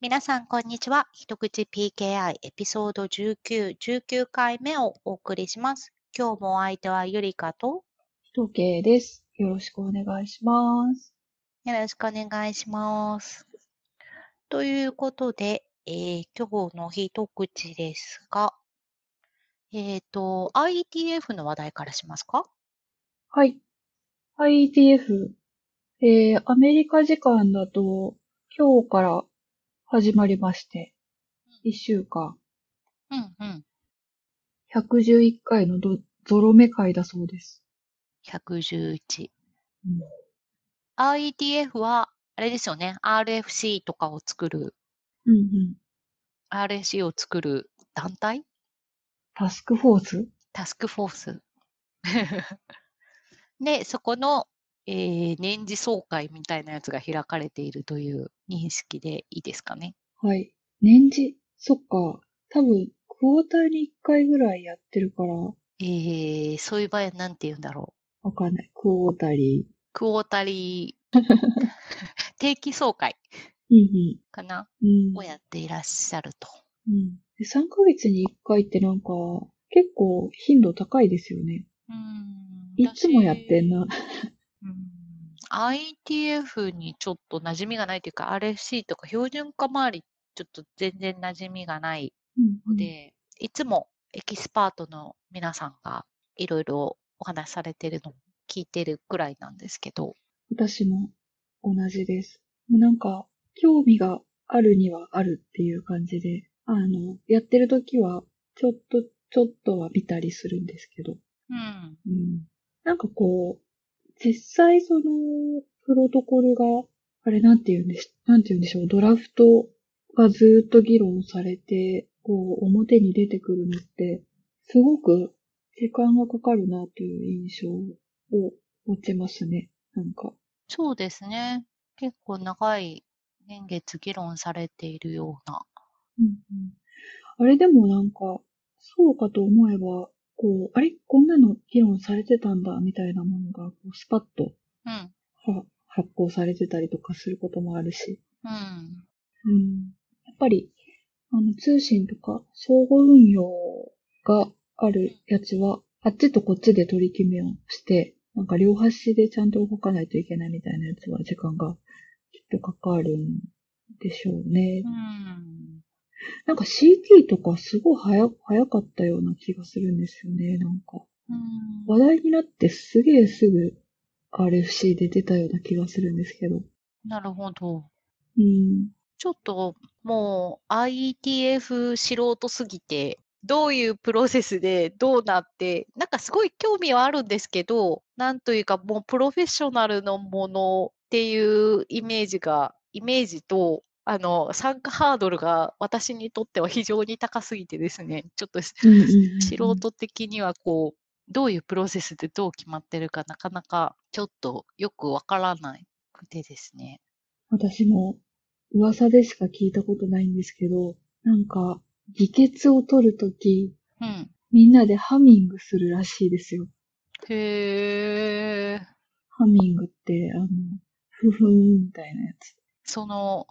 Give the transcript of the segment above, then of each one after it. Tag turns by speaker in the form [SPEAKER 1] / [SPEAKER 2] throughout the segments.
[SPEAKER 1] 皆さん、こんにちは。一口 PKI エピソード19、19回目をお送りします。今日もお相手はゆりかと、
[SPEAKER 2] 時計です。よろしくお願いします。
[SPEAKER 1] よろしくお願いします。ということで、えー今日の一口ですが、えっ、と、IETF の話題からしますか
[SPEAKER 2] はい。IETF。えー、アメリカ時間だと、今日から始まりまして、1週間、
[SPEAKER 1] うんうん。
[SPEAKER 2] 111回のどゾロ目会だそうです。
[SPEAKER 1] 111。
[SPEAKER 2] うん、
[SPEAKER 1] IETF は、あれですよね。RFC とかを作る、
[SPEAKER 2] うん、うん。
[SPEAKER 1] RFC を作る団体
[SPEAKER 2] タスクフォース
[SPEAKER 1] タスクフォース。 で、そこの、えー年次総会みたいなやつが開かれているという認識でいいですかね。
[SPEAKER 2] はい。年次そっか。多分、クォーターに1回ぐらいやってるから、
[SPEAKER 1] えーそういう場合は何て言うんだろう。
[SPEAKER 2] わかんない。クォータリ
[SPEAKER 1] クォータリ ー定期総会
[SPEAKER 2] ー。うん、
[SPEAKER 1] かな、
[SPEAKER 2] うん。うん
[SPEAKER 1] をやっていらっしゃると。
[SPEAKER 2] うん。で3ヶ月に1回ってなんか、結構頻度高いですよね。
[SPEAKER 1] うーん
[SPEAKER 2] いつもやってん。な。
[SPEAKER 1] 私うーん ITF にちょっと馴染みがないというか、RFC とか標準化周り、ちょっと全然馴染みがないので、いつもエキスパートの皆さんがいろいろお話しされてるのを聞いてるくらいなんですけど、
[SPEAKER 2] 私も同じです。もうなんか、興味があるにはあるっていう感じで、あの、やってる時は、ちょっと、ちょっとは見たりするんですけど、
[SPEAKER 1] うん、
[SPEAKER 2] うん。なんかこう、実際その、プロトコルが、あれなんて言うんでし、なんて言うんでしょう、ドラフトがずっと議論されて、こう、表に出てくるのって、すごく時間がかかるなという印象を持ちますね。なんか。
[SPEAKER 1] そうですね。結構長い年月議論されているような。
[SPEAKER 2] うんうんあれでもなんか、そうかと思えば、こう、あれこんなの議論されてたんだ、みたいなものが、こうスパッと
[SPEAKER 1] うん、
[SPEAKER 2] は発行されてたりとかすることもあるし。
[SPEAKER 1] うん、
[SPEAKER 2] うん。やっぱり、あの、通信とか、相互運用があるやつは、あっちとこっちで取り決めをして、なんか両端でちゃんと動かないといけないみたいなやつは、時間がきっとかかるんでしょうね
[SPEAKER 1] う。ん。
[SPEAKER 2] なんか CT とかすごい早早かったような気がするんですよね、なんか。
[SPEAKER 1] うん
[SPEAKER 2] 話題になってすげえすぐ RFC で出たような気がするんですけど。
[SPEAKER 1] なるほど。
[SPEAKER 2] うん。
[SPEAKER 1] ちょっともう IETF 素人すぎて、どういうプロセスでどうなって、なんかすごい興味はあるんですけど、なんというかもうプロフェッショナルのものっていうイメージが、イメージと、あの、参加ハードルが私にとっては非常に高すぎてですね、ちょっとし
[SPEAKER 2] うんうんうんうん
[SPEAKER 1] 素人的にはこう、どういうプロセスでどう決まってるかなかなかちょっとよくわからなくてですね。
[SPEAKER 2] 私も噂でしか聞いたことないんですけど、なんか、議決を取るとき、
[SPEAKER 1] うん。
[SPEAKER 2] みんなでハミングするらしいですよ。
[SPEAKER 1] へー。
[SPEAKER 2] ハミングって、あの、ふふーんみたいなやつ。
[SPEAKER 1] その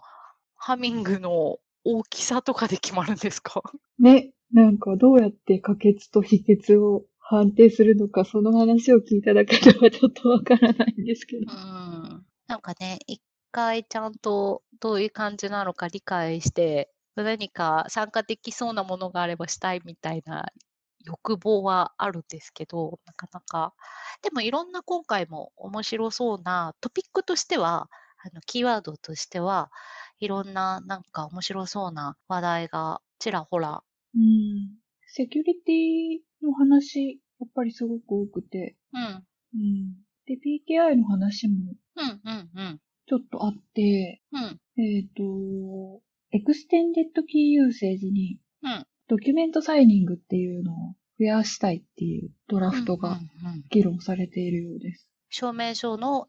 [SPEAKER 1] ハミングの大きさとかで決まるんですか
[SPEAKER 2] ね、なんかどうやって可決と否決を判定するのか、その話を聞いただけではちょっとわからないんですけ
[SPEAKER 1] う
[SPEAKER 2] ど。
[SPEAKER 1] ん。なんかね、一回ちゃんとどういう感じなのか理解して、何か参加できそうなものがあればしたいみたいな欲望はあるんですけど、なかなか。でもいろんな今回も面白そうなトピックとしては、あのキーワードとしては、いろんななんか面白そうな話題がちらほら。
[SPEAKER 2] うん。セキュリティの話、やっぱりすごく多くて。
[SPEAKER 1] うん。
[SPEAKER 2] うん。で、PKI の話も
[SPEAKER 1] うんうんうん。
[SPEAKER 2] ちょっとあって、
[SPEAKER 1] うん。
[SPEAKER 2] えっ、と、エクステンデッドキーユーセージに、
[SPEAKER 1] うん
[SPEAKER 2] ドキュメントサイニングっていうのを増やしたいっていうドラフ
[SPEAKER 1] う
[SPEAKER 2] ト
[SPEAKER 1] ん
[SPEAKER 2] が
[SPEAKER 1] うんうん
[SPEAKER 2] 議論されているようです。
[SPEAKER 1] 証明書の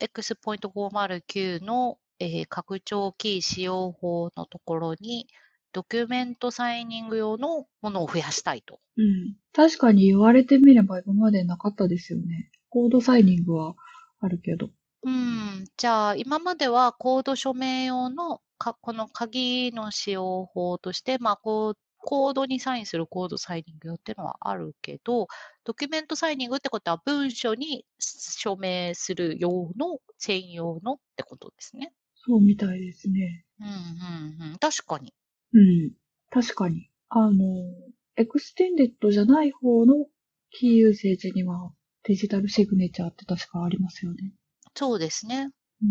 [SPEAKER 1] X.509 の、えー拡張キー使用法のところに、ドキュメントサイニング用のものを増やしたいと。
[SPEAKER 2] うん。確かに言われてみれば今までなかったですよね。コードサイニングはあるけど。
[SPEAKER 1] うん、じゃあ今まではコード署名用のかこの鍵の使用法として、まあ、こうコードにサインするコードサイニングっていうのはあるけど、ドキュメントサイニングってことは文書に署名する用の専用のってことですね。
[SPEAKER 2] そうみたいですね。
[SPEAKER 1] うんうんうん。確かに。
[SPEAKER 2] うん。確かに。あの、エクステンデッドじゃない方のキーユーセージにはデジタルシグネチャーって確かありますよね。
[SPEAKER 1] そうですね。
[SPEAKER 2] うん。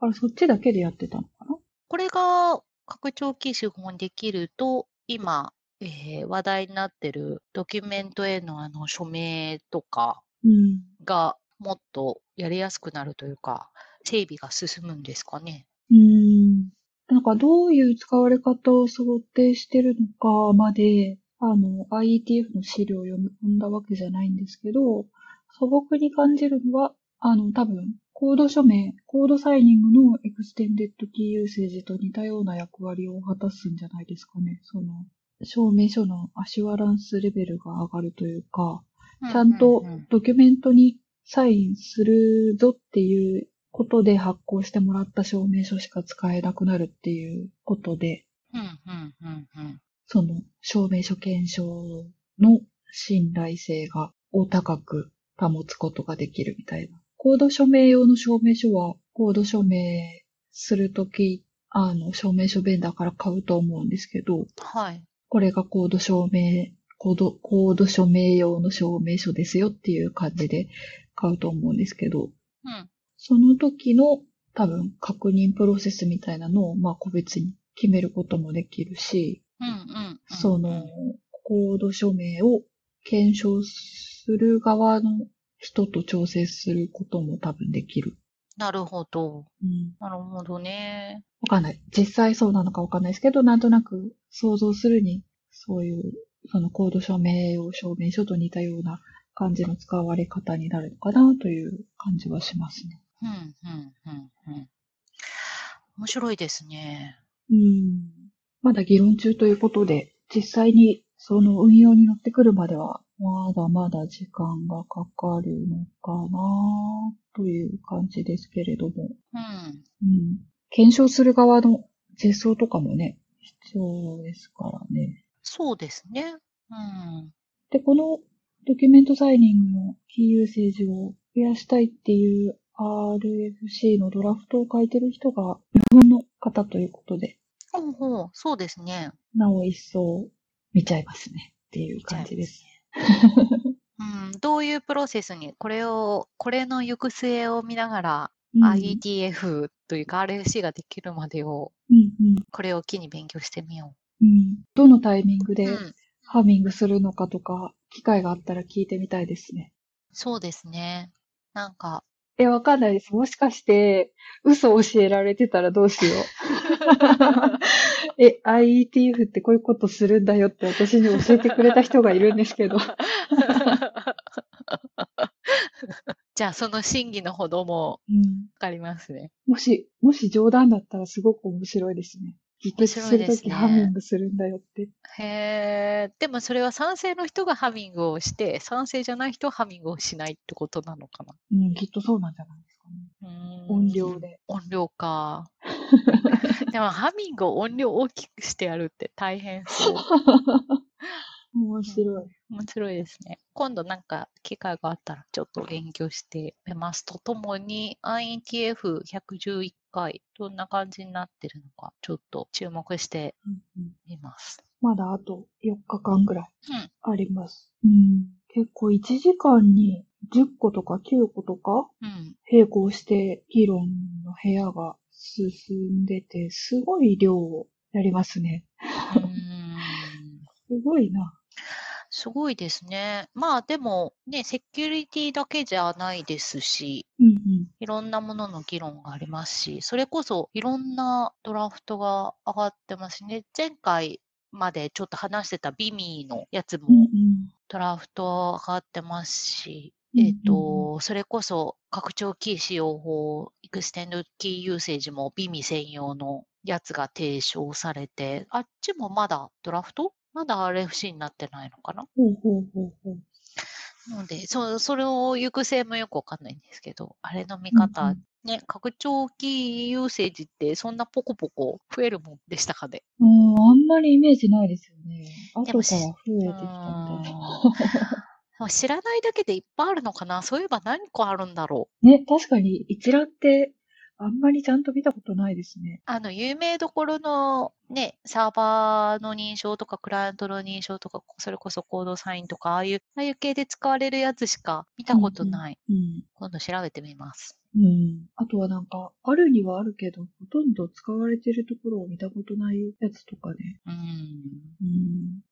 [SPEAKER 2] だからそっちだけでやってたのかな
[SPEAKER 1] これが拡張キー資本できると、今、えー話題になってるドキュメントへのあの署名とか
[SPEAKER 2] うん。
[SPEAKER 1] がもっとやりやすくなるというか、整備が進むんですかね。
[SPEAKER 2] うーん。なんかどういう使われ方を想定してるのかまで、あの、IETF の資料を読んだわけじゃないんですけど、素朴に感じるのは、あの、多分、コード署名、コードサイニングのエクステンデッドキーユーセージと似たような役割を果たすんじゃないですかね。その、証明書のアシュアランスレベルが上がるというか、ちゃんと
[SPEAKER 1] うううん
[SPEAKER 2] ドキュメントにサインするぞっていうことで発行してもらった証明書しか使えなくなるっていうことで、
[SPEAKER 1] うんうんうんうん。
[SPEAKER 2] その証明書検証の信頼性がお高く保つことができるみたいな。コード署名用の証明書は、コード署名するとき、あの、証明書ベンダーから買うと思うんですけど、
[SPEAKER 1] はい。
[SPEAKER 2] これがコード証明、コード、コード署名用の証明書ですよっていう感じで買うと思うんですけど、
[SPEAKER 1] うん。
[SPEAKER 2] その時の多分確認プロセスみたいなのを、まあ個別に決めることもできるし、
[SPEAKER 1] うんうん。うん
[SPEAKER 2] その、コード署名を検証する側の人と調整することも多分できる。
[SPEAKER 1] なるほど。
[SPEAKER 2] うん。
[SPEAKER 1] なるほどね。
[SPEAKER 2] わかんない。実際そうなのかわかんないですけど、なんとなく想像するに、そういう、そのコード署名を証明書と似たような感じの使われ方になるのかなという感じはしますね。
[SPEAKER 1] うんうんうんうん。面白いですね。
[SPEAKER 2] うん。まだ議論中ということで、実際にその運用に乗ってくるまでは、まだまだ時間がかかるのかなという感じですけれども。
[SPEAKER 1] うん。
[SPEAKER 2] うん。検証する側の実装とかもね、必要ですからね。
[SPEAKER 1] そうですね。うん。
[SPEAKER 2] で、このドキュメントサイニングのキーユーセージを増やしたいっていう RFC のドラフトを書いてる人が日本の方ということで、
[SPEAKER 1] ほうほう、そうですね。
[SPEAKER 2] なお一層見ちゃいますねっていう感じです。
[SPEAKER 1] うん、どういうプロセスに、これを、これの行く末を見ながら、
[SPEAKER 2] うん、
[SPEAKER 1] IETF というか RFC ができるまでを、
[SPEAKER 2] うんうん
[SPEAKER 1] これを機に勉強してみよ
[SPEAKER 2] うん。どのタイミン
[SPEAKER 1] う。
[SPEAKER 2] グ
[SPEAKER 1] う
[SPEAKER 2] で
[SPEAKER 1] ん、
[SPEAKER 2] ハーミングするのかとか、機会があったら聞いてみたいですね。
[SPEAKER 1] そうですね。なんか、
[SPEAKER 2] え、わかんないです。もしかして、嘘を教えられてたらどうしよう。え、IETF ってこういうことするんだよって私に教えてくれた人がいるんですけど。
[SPEAKER 1] じゃあその真偽のほども
[SPEAKER 2] うん
[SPEAKER 1] わかりますね。
[SPEAKER 2] もし、もし冗談だったらすごく面白いですね。議決す
[SPEAKER 1] 面白い
[SPEAKER 2] る
[SPEAKER 1] で
[SPEAKER 2] と
[SPEAKER 1] す
[SPEAKER 2] き
[SPEAKER 1] ね
[SPEAKER 2] ハミングするんだよって。
[SPEAKER 1] へえ、でもそれは賛成の人がハミングをして、賛成じゃない人はハミングをしないってことなのかな。
[SPEAKER 2] うん、きっとそうなんじゃないですかね。
[SPEAKER 1] うーん
[SPEAKER 2] 音量 で。
[SPEAKER 1] 音量か。 でもハミングを音量大きくしてやるって大変そう。
[SPEAKER 2] 面白い。
[SPEAKER 1] 面白いですね。今度なんか機会があったらちょっと勉強してみますとともに INTF111 回どんな感じになってるのかちょっと注目して
[SPEAKER 2] うんうん
[SPEAKER 1] みます。
[SPEAKER 2] まだあと4日間ぐらい
[SPEAKER 1] うん
[SPEAKER 2] あります。うん、結構1時間に10個とか9個とか
[SPEAKER 1] うん。
[SPEAKER 2] 並行して議論の部屋が進んでて、すごい量をやりますね。
[SPEAKER 1] うーん
[SPEAKER 2] すごいな。
[SPEAKER 1] すごいですね。まあでもね、セキュリティだけじゃないですし、
[SPEAKER 2] うんうん。
[SPEAKER 1] いろんなものの議論がありますし、それこそいろんなドラフトが上がってますね。前回までちょっと話してたビミーのやつも
[SPEAKER 2] うんうん。
[SPEAKER 1] ドラフト上がってますし、
[SPEAKER 2] うんうん
[SPEAKER 1] えっ、と、それこそ拡張キー使用法、エクステンドキーユーセージもビミ専用のやつが提唱されて、あっちもまだドラフトまだ RFC になってないのかな
[SPEAKER 2] ほうほうほうほう。
[SPEAKER 1] なので、そそれを行く性もよくわかんないんですけど、あれの見方、
[SPEAKER 2] うんうん
[SPEAKER 1] ね、拡張機ユーセージってそんなポコポコ増えるもんでしたかね。
[SPEAKER 2] うん、あんまりイメージないですよね。後
[SPEAKER 1] で
[SPEAKER 2] から
[SPEAKER 1] も
[SPEAKER 2] 増えてきたみたいな。
[SPEAKER 1] まあ知らないだけでいっぱいあるのかなそういえば何個あるんだろう
[SPEAKER 2] ね、確かに一覧ってあんまりちゃんと見たことないですね。
[SPEAKER 1] あの、有名どころのね、サーバーの認証とか、クライアントの認証とか、それこそコードサインとか、ああいう、ああいう系で使われるやつしか見たことない。
[SPEAKER 2] うん。
[SPEAKER 1] 今度調べてみます。
[SPEAKER 2] うん。あとはなんか、あるにはあるけど、ほとんど使われてるところを見たことないやつとかね。
[SPEAKER 1] うん。
[SPEAKER 2] うん。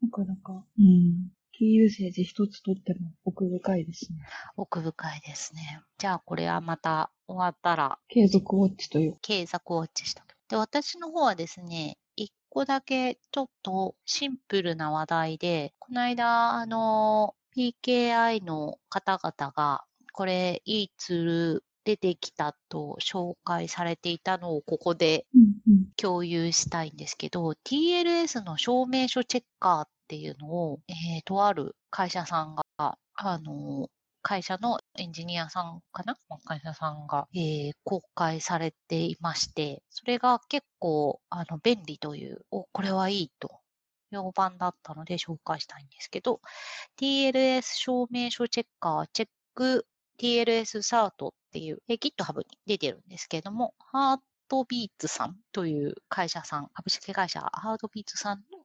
[SPEAKER 2] なかなか、うん。キーユーセージ一つとっても奥深いですね。
[SPEAKER 1] 奥深いですね。じゃあ、これはまた終わったら、
[SPEAKER 2] 継続ウォッチという。
[SPEAKER 1] 検索ウォッチしたと。で、私の方はですね、一個だけちょっとシンプルな話題で、この間、あの、PKI の方々が、これ、いいツール出てきたと紹介されていたのをここで
[SPEAKER 2] うんうん。
[SPEAKER 1] 共有したいんですけど、TLS の証明書チェッカーっていうのを、えーとある会社さんが、あの、会社のエンジニアさんかなまあ会社さんが、えー公開されていまして、それが結構、あの、便利という、お、これはいいと、評判だったので紹介したいんですけど、TLS 証明書チェッカー、チェック TLS サートっていう、えー GitHub に出てるんですけども、ハーハートビーツさんという会社さん、株式会社ハートビーツさんの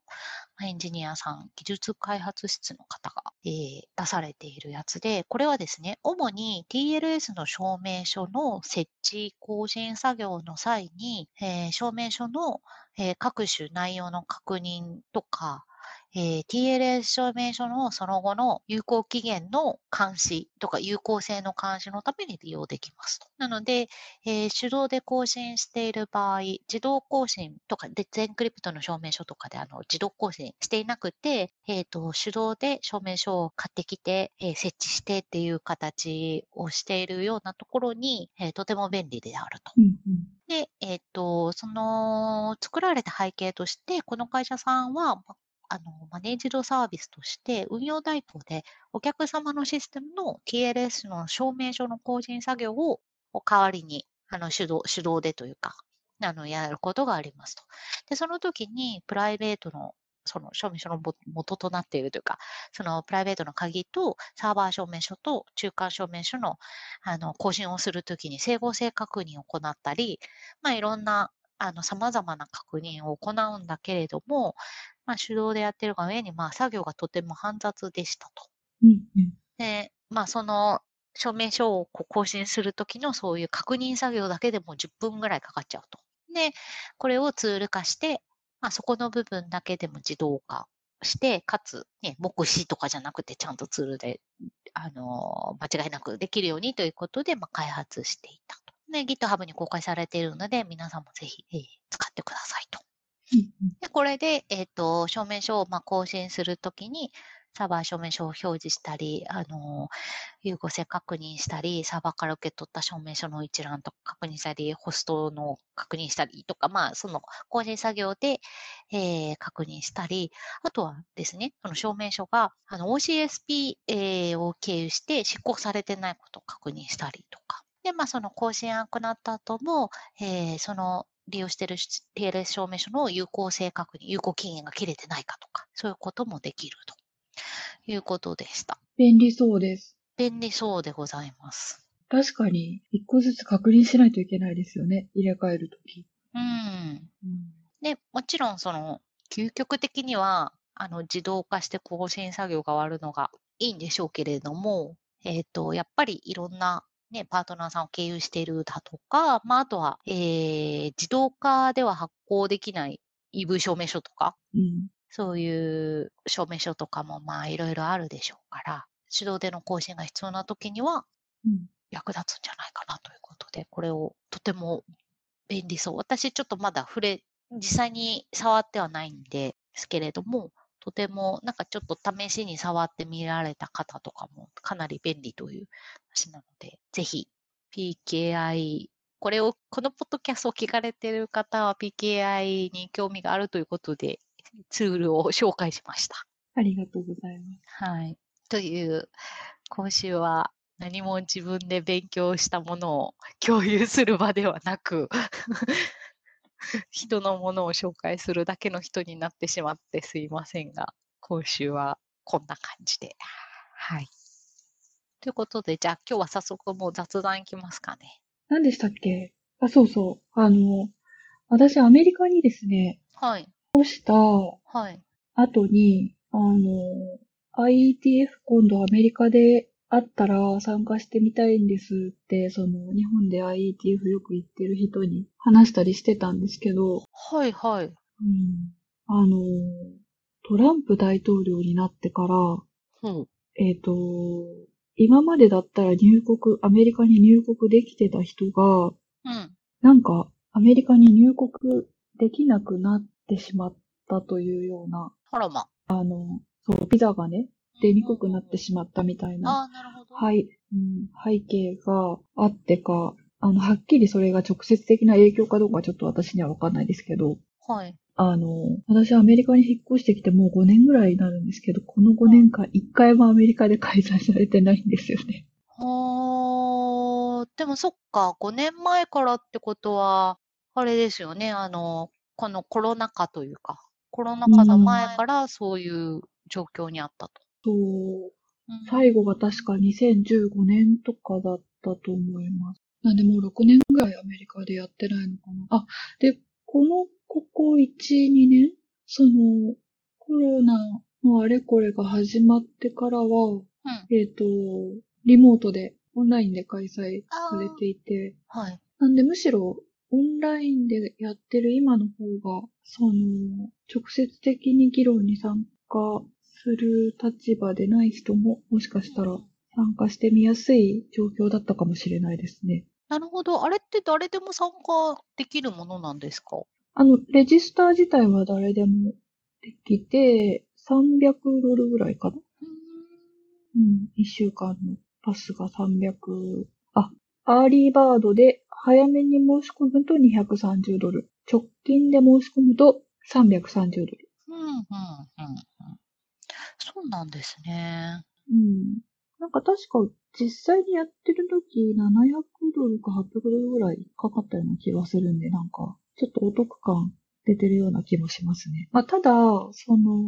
[SPEAKER 1] まあエンジニアさん、技術開発室の方が、えー出されているやつで、これはですね、主に TLS の証明書の設置、更新作業の際に、えー証明書の、えー各種内容の確認とか、えー TLS 証明書のその後の有効期限の監視とか有効性の監視のために利用できますと。なので、えー手動で更新している場合、自動更新とか、で、全クリプトの証明書とかであの自動更新していなくて、えっ、と、手動で証明書を買ってきて、えー設置してっていう形をしているようなところに、えーとても便利であると。
[SPEAKER 2] うんうん。
[SPEAKER 1] で、えっ、と、その、作られた背景として、この会社さんは、まあの、マネージドサービスとして、運用代行で、お客様のシステムの TLS の証明書の更新作業を、お代わりに、あの、手動、手動でというか、あの、やることがありますと。で、その時に、プライベートの、その証明書のも元となっているというか、そのプライベートの鍵とサーバー証明書と中間証明書のあの更新をするときに整合性確認を行ったり、まあ、いろんな、あの、様々な確認を行うんだけれども、まあ、手動でやってるが上に、まあ、作業がとても煩雑でしたと。
[SPEAKER 2] うんうん。
[SPEAKER 1] で、まあ、その、証明書をこう更新するときのそういう確認作業だけでも10分ぐらいかかっちゃうと。で、これをツール化して、まあ、そこの部分だけでも自動化して、かつ、ね、目視とかじゃなくて、ちゃんとツールで、あのー間違いなくできるようにということで、まあ、開発していたと。で、GitHub に公開されているので、皆さんもぜひ、えー使ってくださいと。
[SPEAKER 2] うんうん
[SPEAKER 1] で、これで、えっ、と、証明書をまあ更新するときに、サーバー証明書を表示したり、あの有効性確認したり、サーバーから受け取った証明書の一覧とか確認したり、ホストの確認したりとか、まあ、その更新作業で、えー確認したり、あとはですね、その証明書があの OCSP、えーを経由して執行されてないことを確認したりとか。で、まあ、その更新が行った後も、えーその利用している TLS 証明書の有効性確認、有効期限が切れてないかとか、そういうこともできるということでした。
[SPEAKER 2] 便利そうです。
[SPEAKER 1] 便利そうでございます。
[SPEAKER 2] 確かに、一個ずつ確認しないといけないですよね。入れ替えるとき。
[SPEAKER 1] うん。
[SPEAKER 2] うん
[SPEAKER 1] で、もちろんその、究極的には、あの、自動化して更新作業が終わるのがいいんでしょうけれども、えっ、と、やっぱりいろんな、ね、パートナーさんを経由しているだとか、まあ、あとは、えー自動化では発行できない EV 証明書とか、
[SPEAKER 2] うん。
[SPEAKER 1] そういう証明書とかもまあいろいろあるでしょうから、手動での更新が必要な時には
[SPEAKER 2] うん
[SPEAKER 1] 役立つんじゃないかなということで、これをとても便利そう。私ちょっとまだ触れ、実際に触ってはないんですけれども、とてもなんかちょっと試しに触ってみられた方とかもかなり便利という話なので、ぜひ PKI これを、このポッドキャストを聞かれている方は PKI に興味があるということで、ツールを紹介しました。
[SPEAKER 2] ありがとうございます。
[SPEAKER 1] はい。という、今週は何も自分で勉強したものを共有する場ではなく 人のものを紹介するだけの人になってしまってすいませんが今週はこんな感じではいということでじゃあ今日は早速もう雑談いきますかね
[SPEAKER 2] 何でしたっけあ、そうそう。あの、私、アメリカにですね、
[SPEAKER 1] はい
[SPEAKER 2] した
[SPEAKER 1] はい
[SPEAKER 2] 後に、あの、IETF 今度アメリカであったら参加してみたいんですって、その、日本で IETF よく行ってる人に話したりしてたんですけど、
[SPEAKER 1] はいはい
[SPEAKER 2] うん、あの、トランプ大統領になってから、
[SPEAKER 1] ほう
[SPEAKER 2] えっ、と、今までだったら入国、アメリカに入国できてた人が、
[SPEAKER 1] うん
[SPEAKER 2] なんか、アメリカに入国できなくなってしまったというような、
[SPEAKER 1] あらま
[SPEAKER 2] そう、ビザがね、出にくくなってしまったみたいな、
[SPEAKER 1] ああーなるほど
[SPEAKER 2] はい、うん、背景があってか、あの、はっきりそれが直接的な影響かどうかはちょっと私にはわかんないですけど、
[SPEAKER 1] はい
[SPEAKER 2] あの、私アメリカに引っ越してきてもう5年ぐらいになるんですけど、この5年間1回もアメリカで開催されてないんですよね。
[SPEAKER 1] はあ、でもそっか、5年前からってことは、あれですよね、あの、このコロナ禍というか、コロナ禍の前からそういう状況にあったと。
[SPEAKER 2] そう、
[SPEAKER 1] うん
[SPEAKER 2] 最後が確か2015年とかだったと思います。なんでもう6年ぐらいアメリカでやってないのかな。あ、で、この、ここ1、2年その、コロナのあれこれが始まってからは、
[SPEAKER 1] うん
[SPEAKER 2] えっ、と、リモートで、オンラインで開催
[SPEAKER 1] あー
[SPEAKER 2] されていて、
[SPEAKER 1] はい。
[SPEAKER 2] なんでむしろ、オンラインでやってる今の方が、その、直接的に議論に参加する立場でない人も、もしかしたら参加してみやすい状況だったかもしれないですね。
[SPEAKER 1] なるほど。あれって誰でも参加できるものなんですか
[SPEAKER 2] あの、レジスター自体は誰でもできて、300ドルぐらいかな。
[SPEAKER 1] うーん
[SPEAKER 2] うん、1週間のパスが300。あ、アーリーバードで早めに申し込むと230ドル。直近で申し込むと330ドル。
[SPEAKER 1] うん、うん、うん。うんそうなんですね。
[SPEAKER 2] うん。なんか確か実際にやってる時700ドルか800ドルぐらいかかったような気がするんで、なんかちょっとお得感出てるような気もしますね。まあただ、その、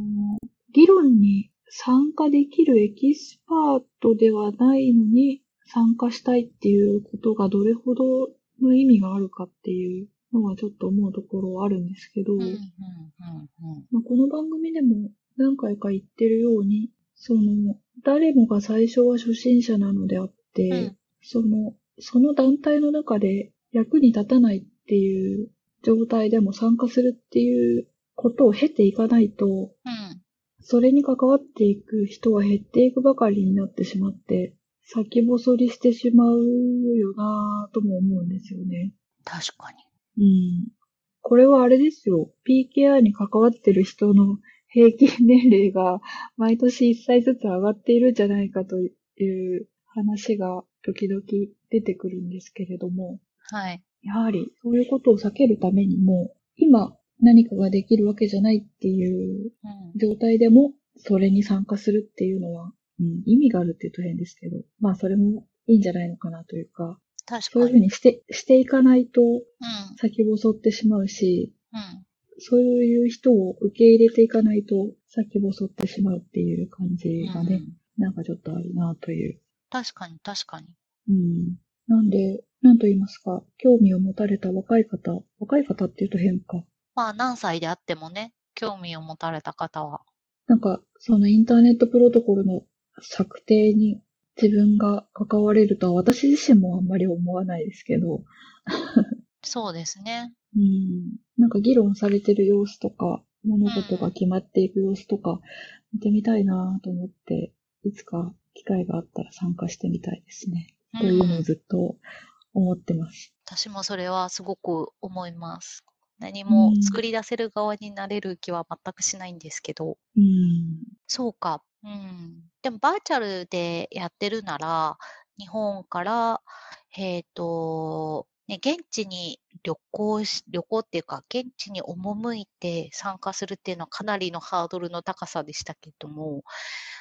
[SPEAKER 2] 議論に参加できるエキスパートではないのに参加したいっていうことがどれほどの意味があるかっていうのはちょっと思うところはあるんですけど、
[SPEAKER 1] うん、うん、うん、うん。
[SPEAKER 2] まあ、この番組でも何回か言ってるように、その、誰もが最初は初心者なのであって、
[SPEAKER 1] うん
[SPEAKER 2] その、その団体の中で役に立たないっていう状態でも参加するっていうことを経ていかないと、
[SPEAKER 1] うん、
[SPEAKER 2] それに関わっていく人は減っていくばかりになってしまって、先細りしてしまうよなぁとも思うんですよね。
[SPEAKER 1] 確かに。
[SPEAKER 2] うん。これはあれですよ。PKR に関わってる人の平均年齢が毎年1歳ずつ上がっているんじゃないかという話が時々出てくるんですけれども、
[SPEAKER 1] はい。
[SPEAKER 2] やはりそういうことを避けるためにも、今何かができるわけじゃないっていう
[SPEAKER 1] うん、
[SPEAKER 2] 状態でも、それに参加するっていうのは、うん、意味があるっていうと変ですけど、まあそれもいいんじゃないのかなというか、
[SPEAKER 1] 確
[SPEAKER 2] そうい
[SPEAKER 1] か
[SPEAKER 2] うふう
[SPEAKER 1] に。
[SPEAKER 2] にして、していかないと
[SPEAKER 1] うん、
[SPEAKER 2] 先細ってしまうし、
[SPEAKER 1] うん。
[SPEAKER 2] そういう人を受け入れていかないと先細ってしまうっていう感じがね、
[SPEAKER 1] うん
[SPEAKER 2] なんかちょっとあるなという。
[SPEAKER 1] 確かに確かに。
[SPEAKER 2] うん。なんで、なんと言いますか、興味を持たれた若い方、若い方っていうと変か。
[SPEAKER 1] まあ何歳であってもね、興味を持たれた方は。
[SPEAKER 2] なんか、そのインターネットプロトコルの策定に自分が関われるとは私自身もあんまり思わないですけど、
[SPEAKER 1] そうですね。
[SPEAKER 2] うん。なんか議論されてる様子とか、物事が決まっていく様子とか、見てみたいなと思って、いつか機会があったら参加してみたいですね。
[SPEAKER 1] う
[SPEAKER 2] というのを
[SPEAKER 1] ん、
[SPEAKER 2] ずっと思ってます。
[SPEAKER 1] 私もそれはすごく思います。何も
[SPEAKER 2] うん
[SPEAKER 1] 作り出せる側になれる気は全くしないんですけど。
[SPEAKER 2] うん。
[SPEAKER 1] そうか。うん。でもバーチャルでやってるなら、日本から、えっ、と、ね、現地に旅行し、旅行っていうか、現地に赴いて参加するっていうのはかなりのハードルの高さでしたけども、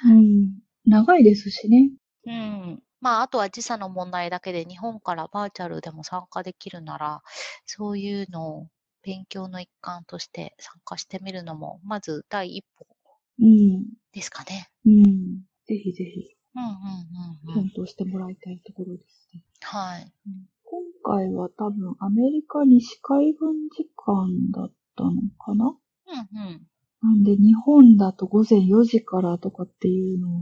[SPEAKER 2] うん。長いですしね。
[SPEAKER 1] うん、まあ、あとは時差の問題だけで日本からバーチャルでも参加できるなら、そういうのを勉強の一環として参加してみるのも、まず第一歩
[SPEAKER 2] うん。
[SPEAKER 1] ですかね。
[SPEAKER 2] うん。ぜひぜひ、
[SPEAKER 1] うんうんうんうん。
[SPEAKER 2] 検討してもらいたいところですね。
[SPEAKER 1] はい。
[SPEAKER 2] 今回は多分アメリカ西海軍時間だったのか
[SPEAKER 1] うん
[SPEAKER 2] な
[SPEAKER 1] うん。
[SPEAKER 2] なんで日本だと午前4時からとかっていうのを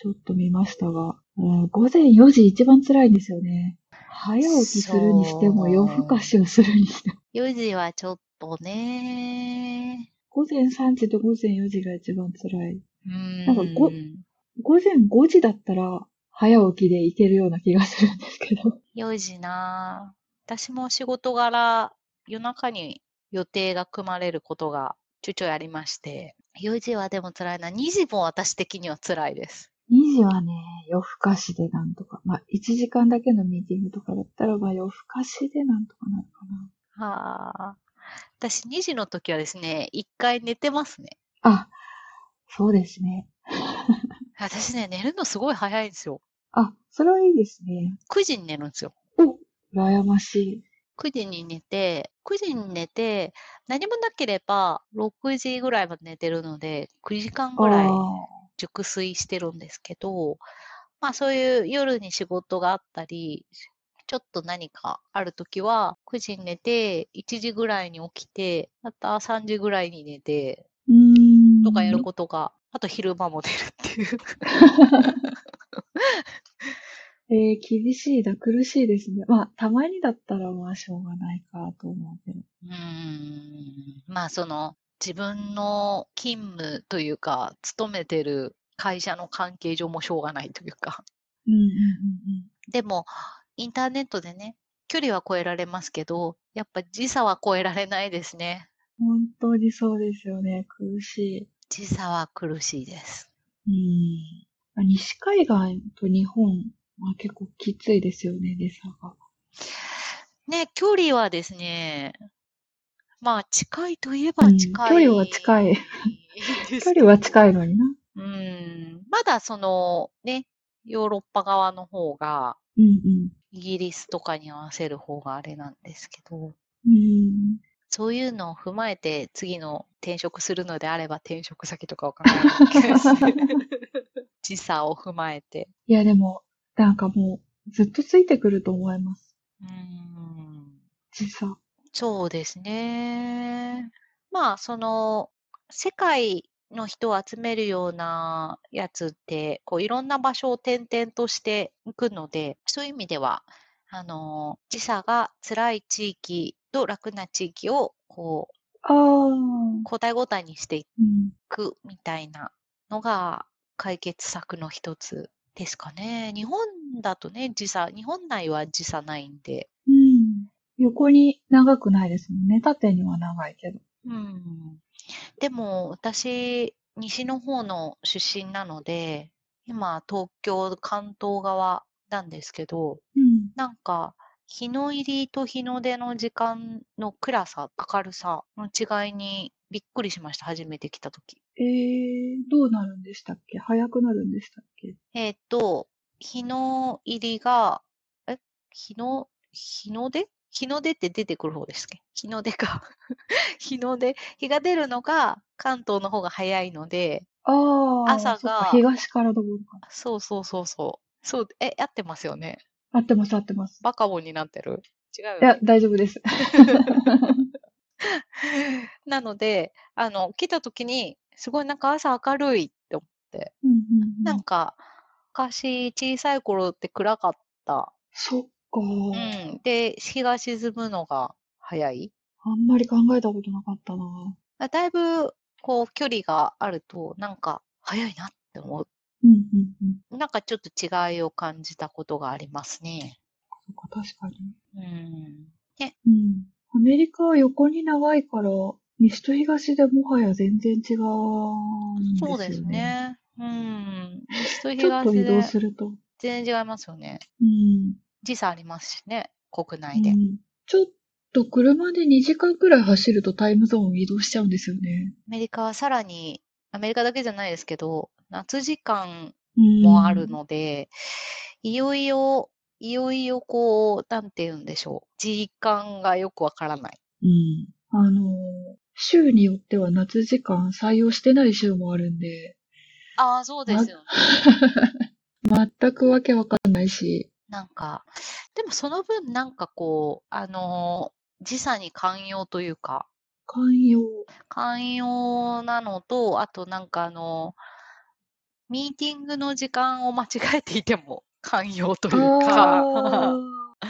[SPEAKER 2] ちょっと見ましたが、うん午前4時一番辛いんですよね。早起きするにしても
[SPEAKER 1] そう
[SPEAKER 2] 夜更かしをするにしても。
[SPEAKER 1] 4時はちょっとね。
[SPEAKER 2] 午前3時と午前4時が一番辛い。
[SPEAKER 1] うーん。
[SPEAKER 2] なんかご午前5時だったら早起きでいけるような気がするんですけど。
[SPEAKER 1] 4時なぁ私も仕事柄夜中に予定が組まれることがちょいちょいありまして4時はでも辛いな2時も私的には辛いです
[SPEAKER 2] 2時はね、夜更かしでなんとか。まあ、1時間だけのミーティングとかだったら、まあ、夜更かしでなんとかなるかな。
[SPEAKER 1] はあ私2時の時はですね1回寝てますね
[SPEAKER 2] あ、そうですね。
[SPEAKER 1] 私ね寝るのすごい早いんですよ
[SPEAKER 2] あ、それはいいですね。
[SPEAKER 1] 9時に寝るんですよ
[SPEAKER 2] お、羨ましい。
[SPEAKER 1] 9時に寝て9時に寝て何もなければ6時ぐらいまで寝てるので9時間ぐらい
[SPEAKER 2] あー
[SPEAKER 1] 熟睡してるんですけど、まあそういう夜に仕事があったり、ちょっと何かあるときは、9時に寝て、1時ぐらいに起きて、また3時ぐらいに寝て、
[SPEAKER 2] うーん。
[SPEAKER 1] とかやることが、あと昼間も出るっていう。
[SPEAKER 2] えー、厳しいだ、苦しいですね。まあ、たまにだったらまあ、しょうがないかと思うけど。
[SPEAKER 1] うーん、まあその自分の勤務というか、勤めてる会社の関係上もしょうがないというか。
[SPEAKER 2] うんうん
[SPEAKER 1] でも、インターネットでね、距離は超えられますけど、やっぱ時差は超えられないですね。
[SPEAKER 2] うんうん。本当にそうですよね。苦し
[SPEAKER 1] 時差は苦しいです。
[SPEAKER 2] い。うん。まあ西海岸と日本は結構きついですよね、時差が。
[SPEAKER 1] ね、距離はですね、まあ近いといえ
[SPEAKER 2] う
[SPEAKER 1] ば
[SPEAKER 2] ん
[SPEAKER 1] 近い、
[SPEAKER 2] 距離は近い。
[SPEAKER 1] です。
[SPEAKER 2] 距離はい近いのにな。
[SPEAKER 1] うん、まだそのね、ヨーロッパ側の方が、
[SPEAKER 2] うんうん。
[SPEAKER 1] イギリスとかに合わせる方があれなんですけど、
[SPEAKER 2] うん。
[SPEAKER 1] そういうのを踏まえて次の転職するのであれば転職先とかを考えるし時差を踏まえて。
[SPEAKER 2] いや、でも、なんかもう、ずっとついてくると思います。
[SPEAKER 1] うん
[SPEAKER 2] 時差。
[SPEAKER 1] そうですね。まあ、その、世界の人を集めるようなやつって、こう、いろんな場所を転々としていくので、そういう意味では、あの、時差が辛い地域と楽な地域を、こう、
[SPEAKER 2] ああ。
[SPEAKER 1] 交代交代にしてい
[SPEAKER 2] うん。
[SPEAKER 1] くみたいなのが解決策の一つですかね。日本だとね、時差、日本内は時差ないんで、
[SPEAKER 2] うん。横に長くないですもんね。縦には長いけど。
[SPEAKER 1] うんでも私西の方の出身なので今東京関東側なんですけど
[SPEAKER 2] うん。
[SPEAKER 1] なんか日の入りと日の出の時間の暗さ明るさの違いにびっくりしました初めて来た時。
[SPEAKER 2] ええー、どうなるんでしたっけ早くなるんでしたっけ
[SPEAKER 1] えーっと日の入りがえ日の日の出日の出って出てくる方ですっけ日の出か 日の出日が出るのが関東の方が早いので
[SPEAKER 2] ああ。
[SPEAKER 1] 朝が
[SPEAKER 2] そっか東から登るか
[SPEAKER 1] そうそうそうそう。そう、え、合ってますよね。
[SPEAKER 2] な。合ってます、合ってます。
[SPEAKER 1] バカボンになってる。違うよ
[SPEAKER 2] いや
[SPEAKER 1] ね、
[SPEAKER 2] 大丈夫です。
[SPEAKER 1] なので、あの、来た時に、すごいなんか朝明るいって思っ
[SPEAKER 2] うんうん
[SPEAKER 1] て、
[SPEAKER 2] う
[SPEAKER 1] なん
[SPEAKER 2] ん、
[SPEAKER 1] か、昔小さい頃って暗かった。
[SPEAKER 2] そっか、
[SPEAKER 1] うん。で、日が沈むのが早い。
[SPEAKER 2] あんまり考えたことなかったな。
[SPEAKER 1] あだいぶ、こう、距離があると、なんか、早いなって思う。
[SPEAKER 2] うんうんうん。
[SPEAKER 1] なんかちょっと違いを感じたことがありますね。
[SPEAKER 2] そっか、確かに。
[SPEAKER 1] うん。
[SPEAKER 2] うん。アメリカは横に長いから、西と東でもはや全然違うんですよね。
[SPEAKER 1] そうです。ね。うん。西と
[SPEAKER 2] ちょっ
[SPEAKER 1] 東
[SPEAKER 2] と移動
[SPEAKER 1] です
[SPEAKER 2] ると。
[SPEAKER 1] 全然違いますよね。
[SPEAKER 2] うん。
[SPEAKER 1] 時差ありますしね、国
[SPEAKER 2] う
[SPEAKER 1] 内で。
[SPEAKER 2] ん、ちょっと車で2時間くらい走るとタイムゾーン移動しちゃうんですよね。
[SPEAKER 1] アメリカはさらに、アメリカだけじゃないですけど、夏時間もあるので、いよいよ、いよいよこう、なんて言うんでしょう。時間がよくわからない。
[SPEAKER 2] うん。あのー、州によっては夏時間採用してない州もあるんで、
[SPEAKER 1] ああ、そうですよね。
[SPEAKER 2] 全くわけわかんないし、
[SPEAKER 1] なんか、でもその分なんかこう、あのー時差に寛容というか、
[SPEAKER 2] 寛容。
[SPEAKER 1] 寛容なのと、あとなんかあの、ミーティングの時間を間違えていても寛容という
[SPEAKER 2] あ
[SPEAKER 1] か、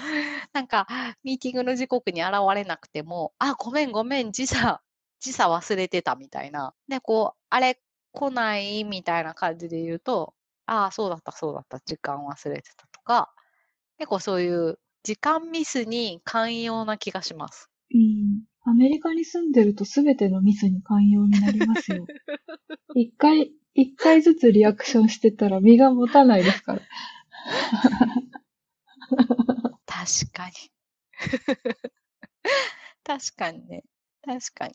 [SPEAKER 1] なんか、ミーティングの時刻に現れなくても、あ、ごめんごめん、時差、時差忘れてたみたいな。で、こう、あれ来ないみたいな感じで言うと、ああ、そうだった、そうだった、時間忘れてたとか、結構そういう時間ミスに寛容な気がします。
[SPEAKER 2] ーうん。アメリカに住んでると全てのミスに寛容になります よ。一回、一回ずつリアクションしてたら身が持たないですから。
[SPEAKER 1] 確かに。 確かにね。確かに。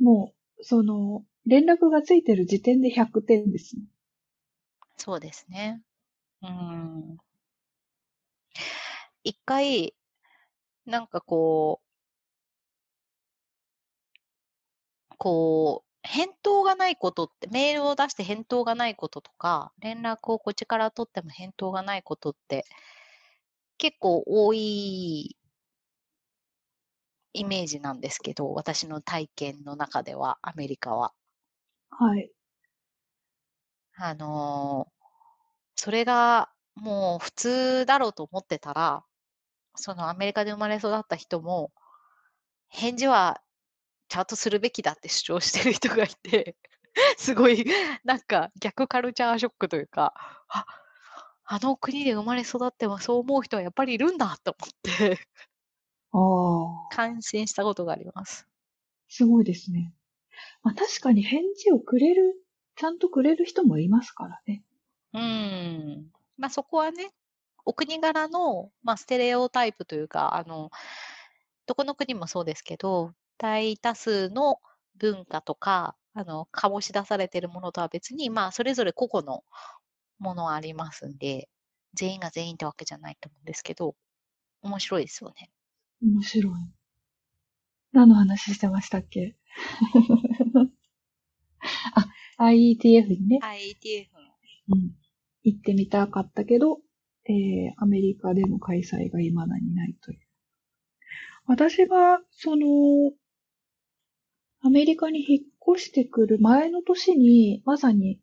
[SPEAKER 2] もう、その、連絡がついてる時点で100点ですね。
[SPEAKER 1] そうですね。うん。一回、なんかこう、こう、返答がないことって、メールを出して返答がないこととか、連絡をこっちから取っても返答がないことって、結構多いイメージなんですけど、私の体験の中では、アメリカは。
[SPEAKER 2] はい。
[SPEAKER 1] あのーそれがもう普通だろうと思ってたら、そのアメリカで生まれ育った人も、返事はちゃんとするべきだって主張してる人がいて、 すごい、なんか逆カルチャーショックというか、ああの国で生まれ育ってもそう思う人はやっぱりいるんだと思って、
[SPEAKER 2] ああ。
[SPEAKER 1] 感心したことがあります。
[SPEAKER 2] すごいですね。まあ確かに返事をくれる、ちゃんとくれる人もいますからね。
[SPEAKER 1] うん。まあそこはね、お国柄の、まあ、ステレオタイプというか、あの、どこの国もそうですけど、大多数の文化とか、あの、醸し出されているものとは別に、まあ、それぞれ個々のものはありますんで、全員が全員ってわけじゃないと思うんですけど、面白いですよね。
[SPEAKER 2] 面白い。何の話してましたっけ あ、IETF にね、
[SPEAKER 1] IETF
[SPEAKER 2] うん、行ってみたかったけど、えー、アメリカでの開催が未だにないという。私が、その、アメリカに引っ越してくる前の年に、まさに、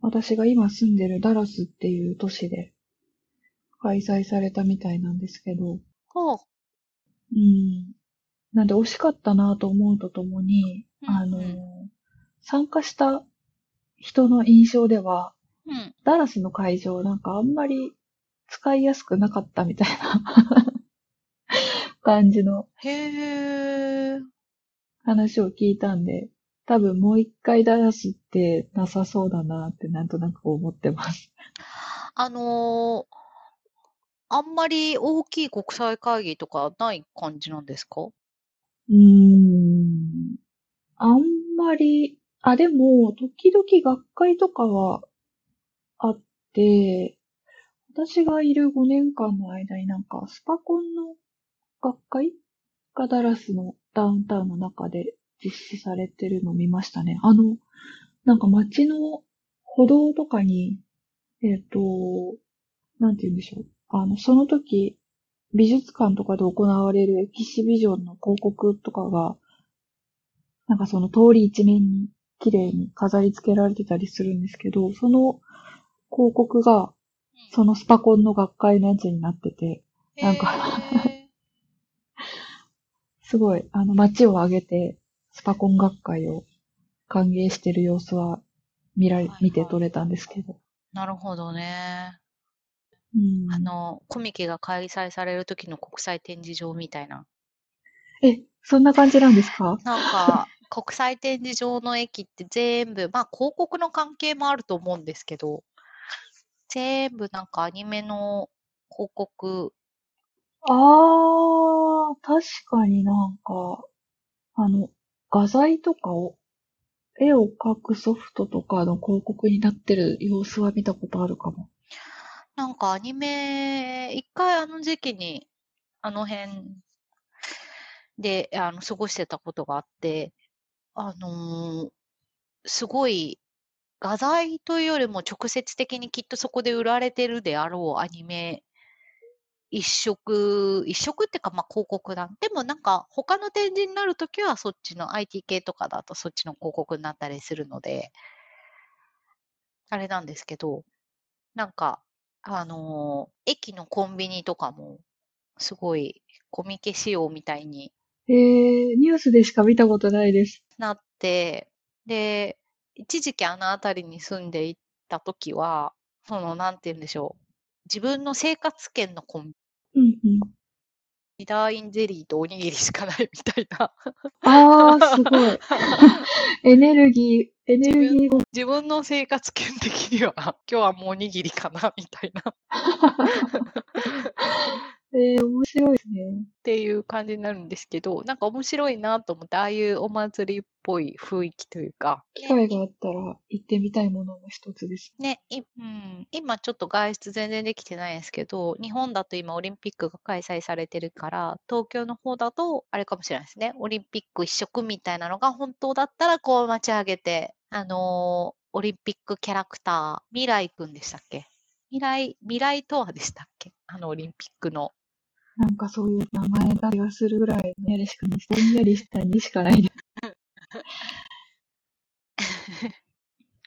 [SPEAKER 2] 私が今住んでるダラスっていう都市で開催されたみたいなんですけど、
[SPEAKER 1] を、
[SPEAKER 2] うん。なんで惜しかったなと思うとともに、
[SPEAKER 1] うん
[SPEAKER 2] あの
[SPEAKER 1] う、
[SPEAKER 2] 参加した人の印象では、
[SPEAKER 1] うん、
[SPEAKER 2] ダラスの会場なんかあんまり使いやすくなかったみたいな 感じの
[SPEAKER 1] へー、
[SPEAKER 2] 話を聞いたんで、多分もう一回ダラスってなさそうだなってなんとなく思ってます。
[SPEAKER 1] あのーあんまり大きい国際会議とかない感じなんですか
[SPEAKER 2] うーん。あんまり、あ、でも、時々学会とかはあって、私がいる5年間の間になんか、スパコンの学会がダラスのダウンタウンの中で実施されてるのを見ましたね。あの、なんか街の歩道とかに、えっ、と、なんて言うんでしょう。あの、その時、美術館とかで行われるエキシビジョンの広告とかが、なんかその通り一面に綺麗に飾り付けられてたりするんですけど、その広告が、そのスパコンの学会のやつになってて、なんか
[SPEAKER 1] へ
[SPEAKER 2] すごい、あの、街を挙げて、スパコン学会を歓迎してる様子は見られ、
[SPEAKER 1] はいはい
[SPEAKER 2] 見て取れたんですけど。
[SPEAKER 1] ーなるほどね。
[SPEAKER 2] うん。
[SPEAKER 1] あ、の、コミケが開催される時の国際展示場みたいな。
[SPEAKER 2] え、そんな感じなんですか
[SPEAKER 1] なん か、国際展示場の駅って全部、まあ広告の関係もあると思うんですけど、全部なんかアニメの広告、
[SPEAKER 2] あー、確かになんか、あの、画材とかを、絵を描くソフトとかの広告になってる様子は見たことあるかも。
[SPEAKER 1] なんかアニメ、一回あの時期に、あの辺で、あの、過ごしてたことがあって、あのーすごい、画材というよりも直接的にきっとそこで売られてるであろうアニメ一色、一色ってか、まあ、広告だ。でもなんか、他の展示になるときは、そっちの IT 系とかだとそっちの広告になったりするので、あれなんですけど、なんか、あのー駅のコンビニとかも、すごい、コミケ仕様みたいに
[SPEAKER 2] えー、ニュースでしか見たことないです。
[SPEAKER 1] なって、で、一時期あの辺りに住んでいた時は、その、なんて言うんでしょう。自分の生活圏のコンビ
[SPEAKER 2] うんうん。
[SPEAKER 1] ニ、ダーインゼリーとおにぎりしかないみたいな。
[SPEAKER 2] あー、すごい。 エネルギー、エネルギーご、
[SPEAKER 1] 自分の生活圏的には、今日はもうおにぎりかな、みたいな。っ
[SPEAKER 2] えー、面白いですね。
[SPEAKER 1] ていう感じになるんですけど、なんか面白いなと思って、ああいうお祭りっぽい雰囲気というか、
[SPEAKER 2] 機会があったら行ってみたいものの一つです。
[SPEAKER 1] ね、いうん、今ちょっと外出全然できてないですけど、日本だと今オリンピックが開催されてるから、東京の方だとあれかもしれないですね。オリンピック一色みたいなのが本当だったらこう待ち上げて、あのーオリンピックキャラクター、未来くんでしたっけ未来、未来とはでしたっけあのオリンピックの。
[SPEAKER 2] なんかそういう名前が気がするぐらい、ぼんやりしかないぼんやりしたにしかないです。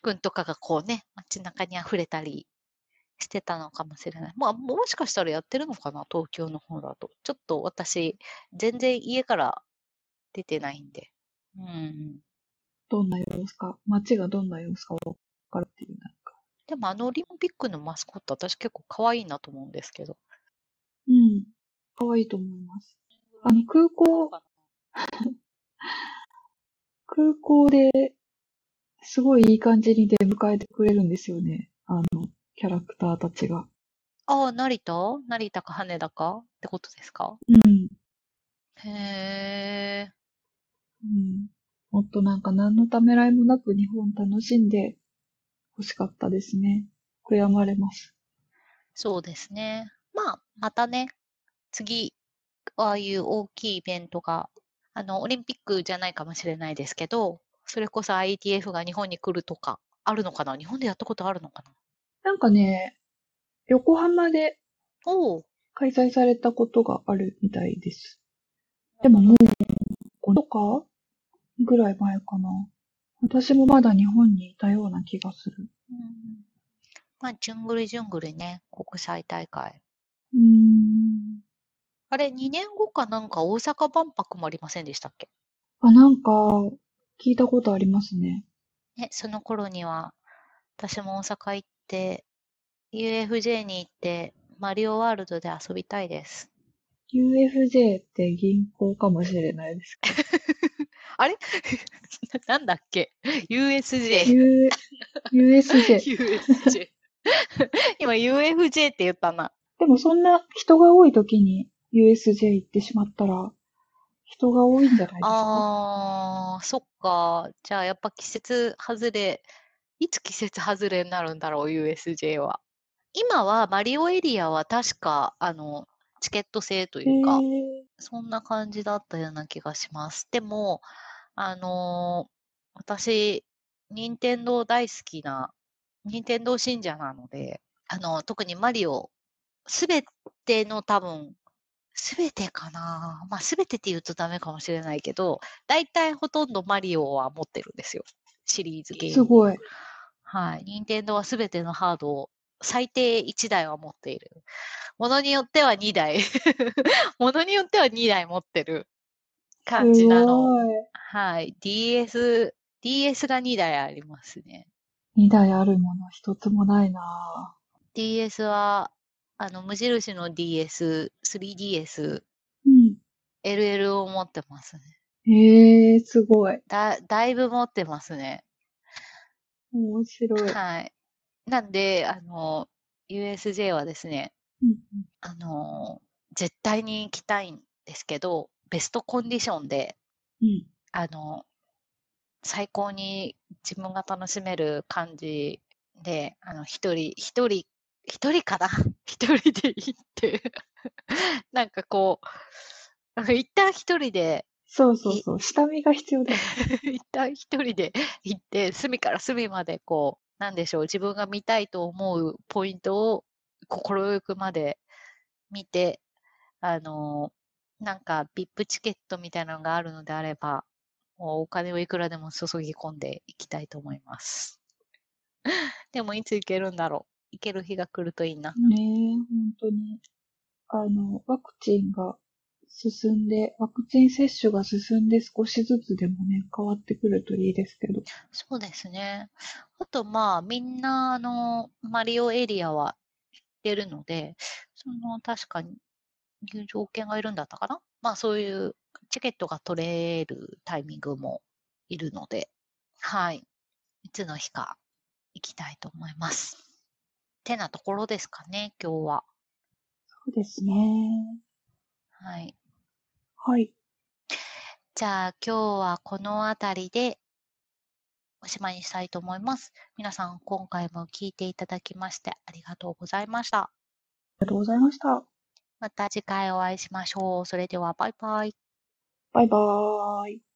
[SPEAKER 1] くんとかがこうね、街中に溢れたりしてたのかもしれない。まあ、もしかしたらやってるのかな、東京の方だと。ちょっと私、全然家から出てないんで。うん。
[SPEAKER 2] どんな様子か、街がどんな様子かわかるっていう、なんか。
[SPEAKER 1] でもあのオリンピックのマスコット、私結構可愛いなと思うんですけど。
[SPEAKER 2] うん。可愛いと思います。あの、空港、 空港ですごいいい感じに出迎えてくれるんですよね。あの、キャラクターたちが。
[SPEAKER 1] ああ、成田成田か羽田かってことですか
[SPEAKER 2] うん。
[SPEAKER 1] へえ。
[SPEAKER 2] うん。もっとなんか何のためらいもなく日本楽しんで欲しかったですね。悔やまれます。
[SPEAKER 1] そうですね。まあ、またね、次、ああいう大きいイベントが、あの、オリンピックじゃないかもしれないですけど、それこそ IETF が日本に来るとか、あるのかな日本でやったことあるのかな
[SPEAKER 2] なんかね、横浜で
[SPEAKER 1] おお、
[SPEAKER 2] 開催されたことがあるみたいです。でももう、5とかぐらい前かな。私もまだ日本にいたような気がする。
[SPEAKER 1] うんまあ、じゅんぐりじゅんぐりね、国際大会。
[SPEAKER 2] うーん。
[SPEAKER 1] あれ、2年後かなんか大阪万博もありませんでしたっけ
[SPEAKER 2] あ、なんか、聞いたことありますね。
[SPEAKER 1] ね、その頃には、私も大阪行って、UFJ に行って、マリオワールドで遊びたいです。
[SPEAKER 2] UFJ って銀行かもしれないですけ
[SPEAKER 1] あれ ななんだっけ ?USJ。
[SPEAKER 2] ど。U、USJ。
[SPEAKER 1] USJ。今 UFJ って言ったな。
[SPEAKER 2] でもそんな人が多い時に USJ 行ってしまったら、人が多いんじゃないです か。
[SPEAKER 1] あー、そっか。じゃあやっぱ季節外れ、いつ季節外れになるんだろう、USJ は。今はマリオエリアは確か、あの、チケット制と
[SPEAKER 2] へ
[SPEAKER 1] いうか、
[SPEAKER 2] ー
[SPEAKER 1] そんな感じだったような気がします。でも、あのー私、任天堂大好きな、任天堂信者なので、あの、特にマリオ、すべての多分、すべてかなまあ、すべてって言うとダメかもしれないけど、大体ほとんどマリオは持ってるんですよ。シリーズゲーム。
[SPEAKER 2] すごい。
[SPEAKER 1] はい。任天堂はすべてのハードを最低1台は持っている。ものによっては2台。 ものによっては2台持ってる
[SPEAKER 2] す
[SPEAKER 1] 感じなの。
[SPEAKER 2] ごい。
[SPEAKER 1] はい。DS、DS が2台ありますね。
[SPEAKER 2] 二台あるもの一つもないな
[SPEAKER 1] DS は、あの、無印の DS、3DS、
[SPEAKER 2] ぁ。うん。
[SPEAKER 1] LL を持ってますね。
[SPEAKER 2] ええー、すごい。
[SPEAKER 1] だ、だいぶ持ってますね。
[SPEAKER 2] 面白い。
[SPEAKER 1] はい。なんで、あの、USJ はですね、
[SPEAKER 2] うん
[SPEAKER 1] あの、絶対に行きたいんですけど、ベストコンディションで、
[SPEAKER 2] うん。
[SPEAKER 1] あの、最高に自分が楽しめる感じで、あの、一人、一人、一人かな 一人でいいっていう なんかこう、なんか一旦一人で、
[SPEAKER 2] そうそうそう。下見が必要だよ。
[SPEAKER 1] 一旦一人で行って、隅から隅までこう、なんでしょう、自分が見たいと思うポイントを心ゆくまで見て、あのーなんか VIP チケットみたいなのがあるのであれば、もうお金をいくらでも注ぎ込んでいきたいと思います。 でもいつ行けるんだろう。行ける日が来るといいな。
[SPEAKER 2] ねえ、本当に。あの、ワクチンが進んで、ワクチン接種が進んで少しずつでもね、変わってくるといいですけど。
[SPEAKER 1] そうですね。あとまあ、みんな、あの、マリオエリアは知ってるので、その、確かに、入場券がいるんだったかなまあ、そういうチケットが取れるタイミングもいるので、はい。いつの日か行きたいと思います。てなところですかね、今日は。
[SPEAKER 2] そうですね。
[SPEAKER 1] はい。
[SPEAKER 2] はい。
[SPEAKER 1] じゃあ今日はこの辺りでおしまいにしたいと思います。皆さん今回も聞いていただきましてありがとうございました。
[SPEAKER 2] ありがとうございました。
[SPEAKER 1] また次回お会いしましょう。それではバイバイ。
[SPEAKER 2] バイバーイ。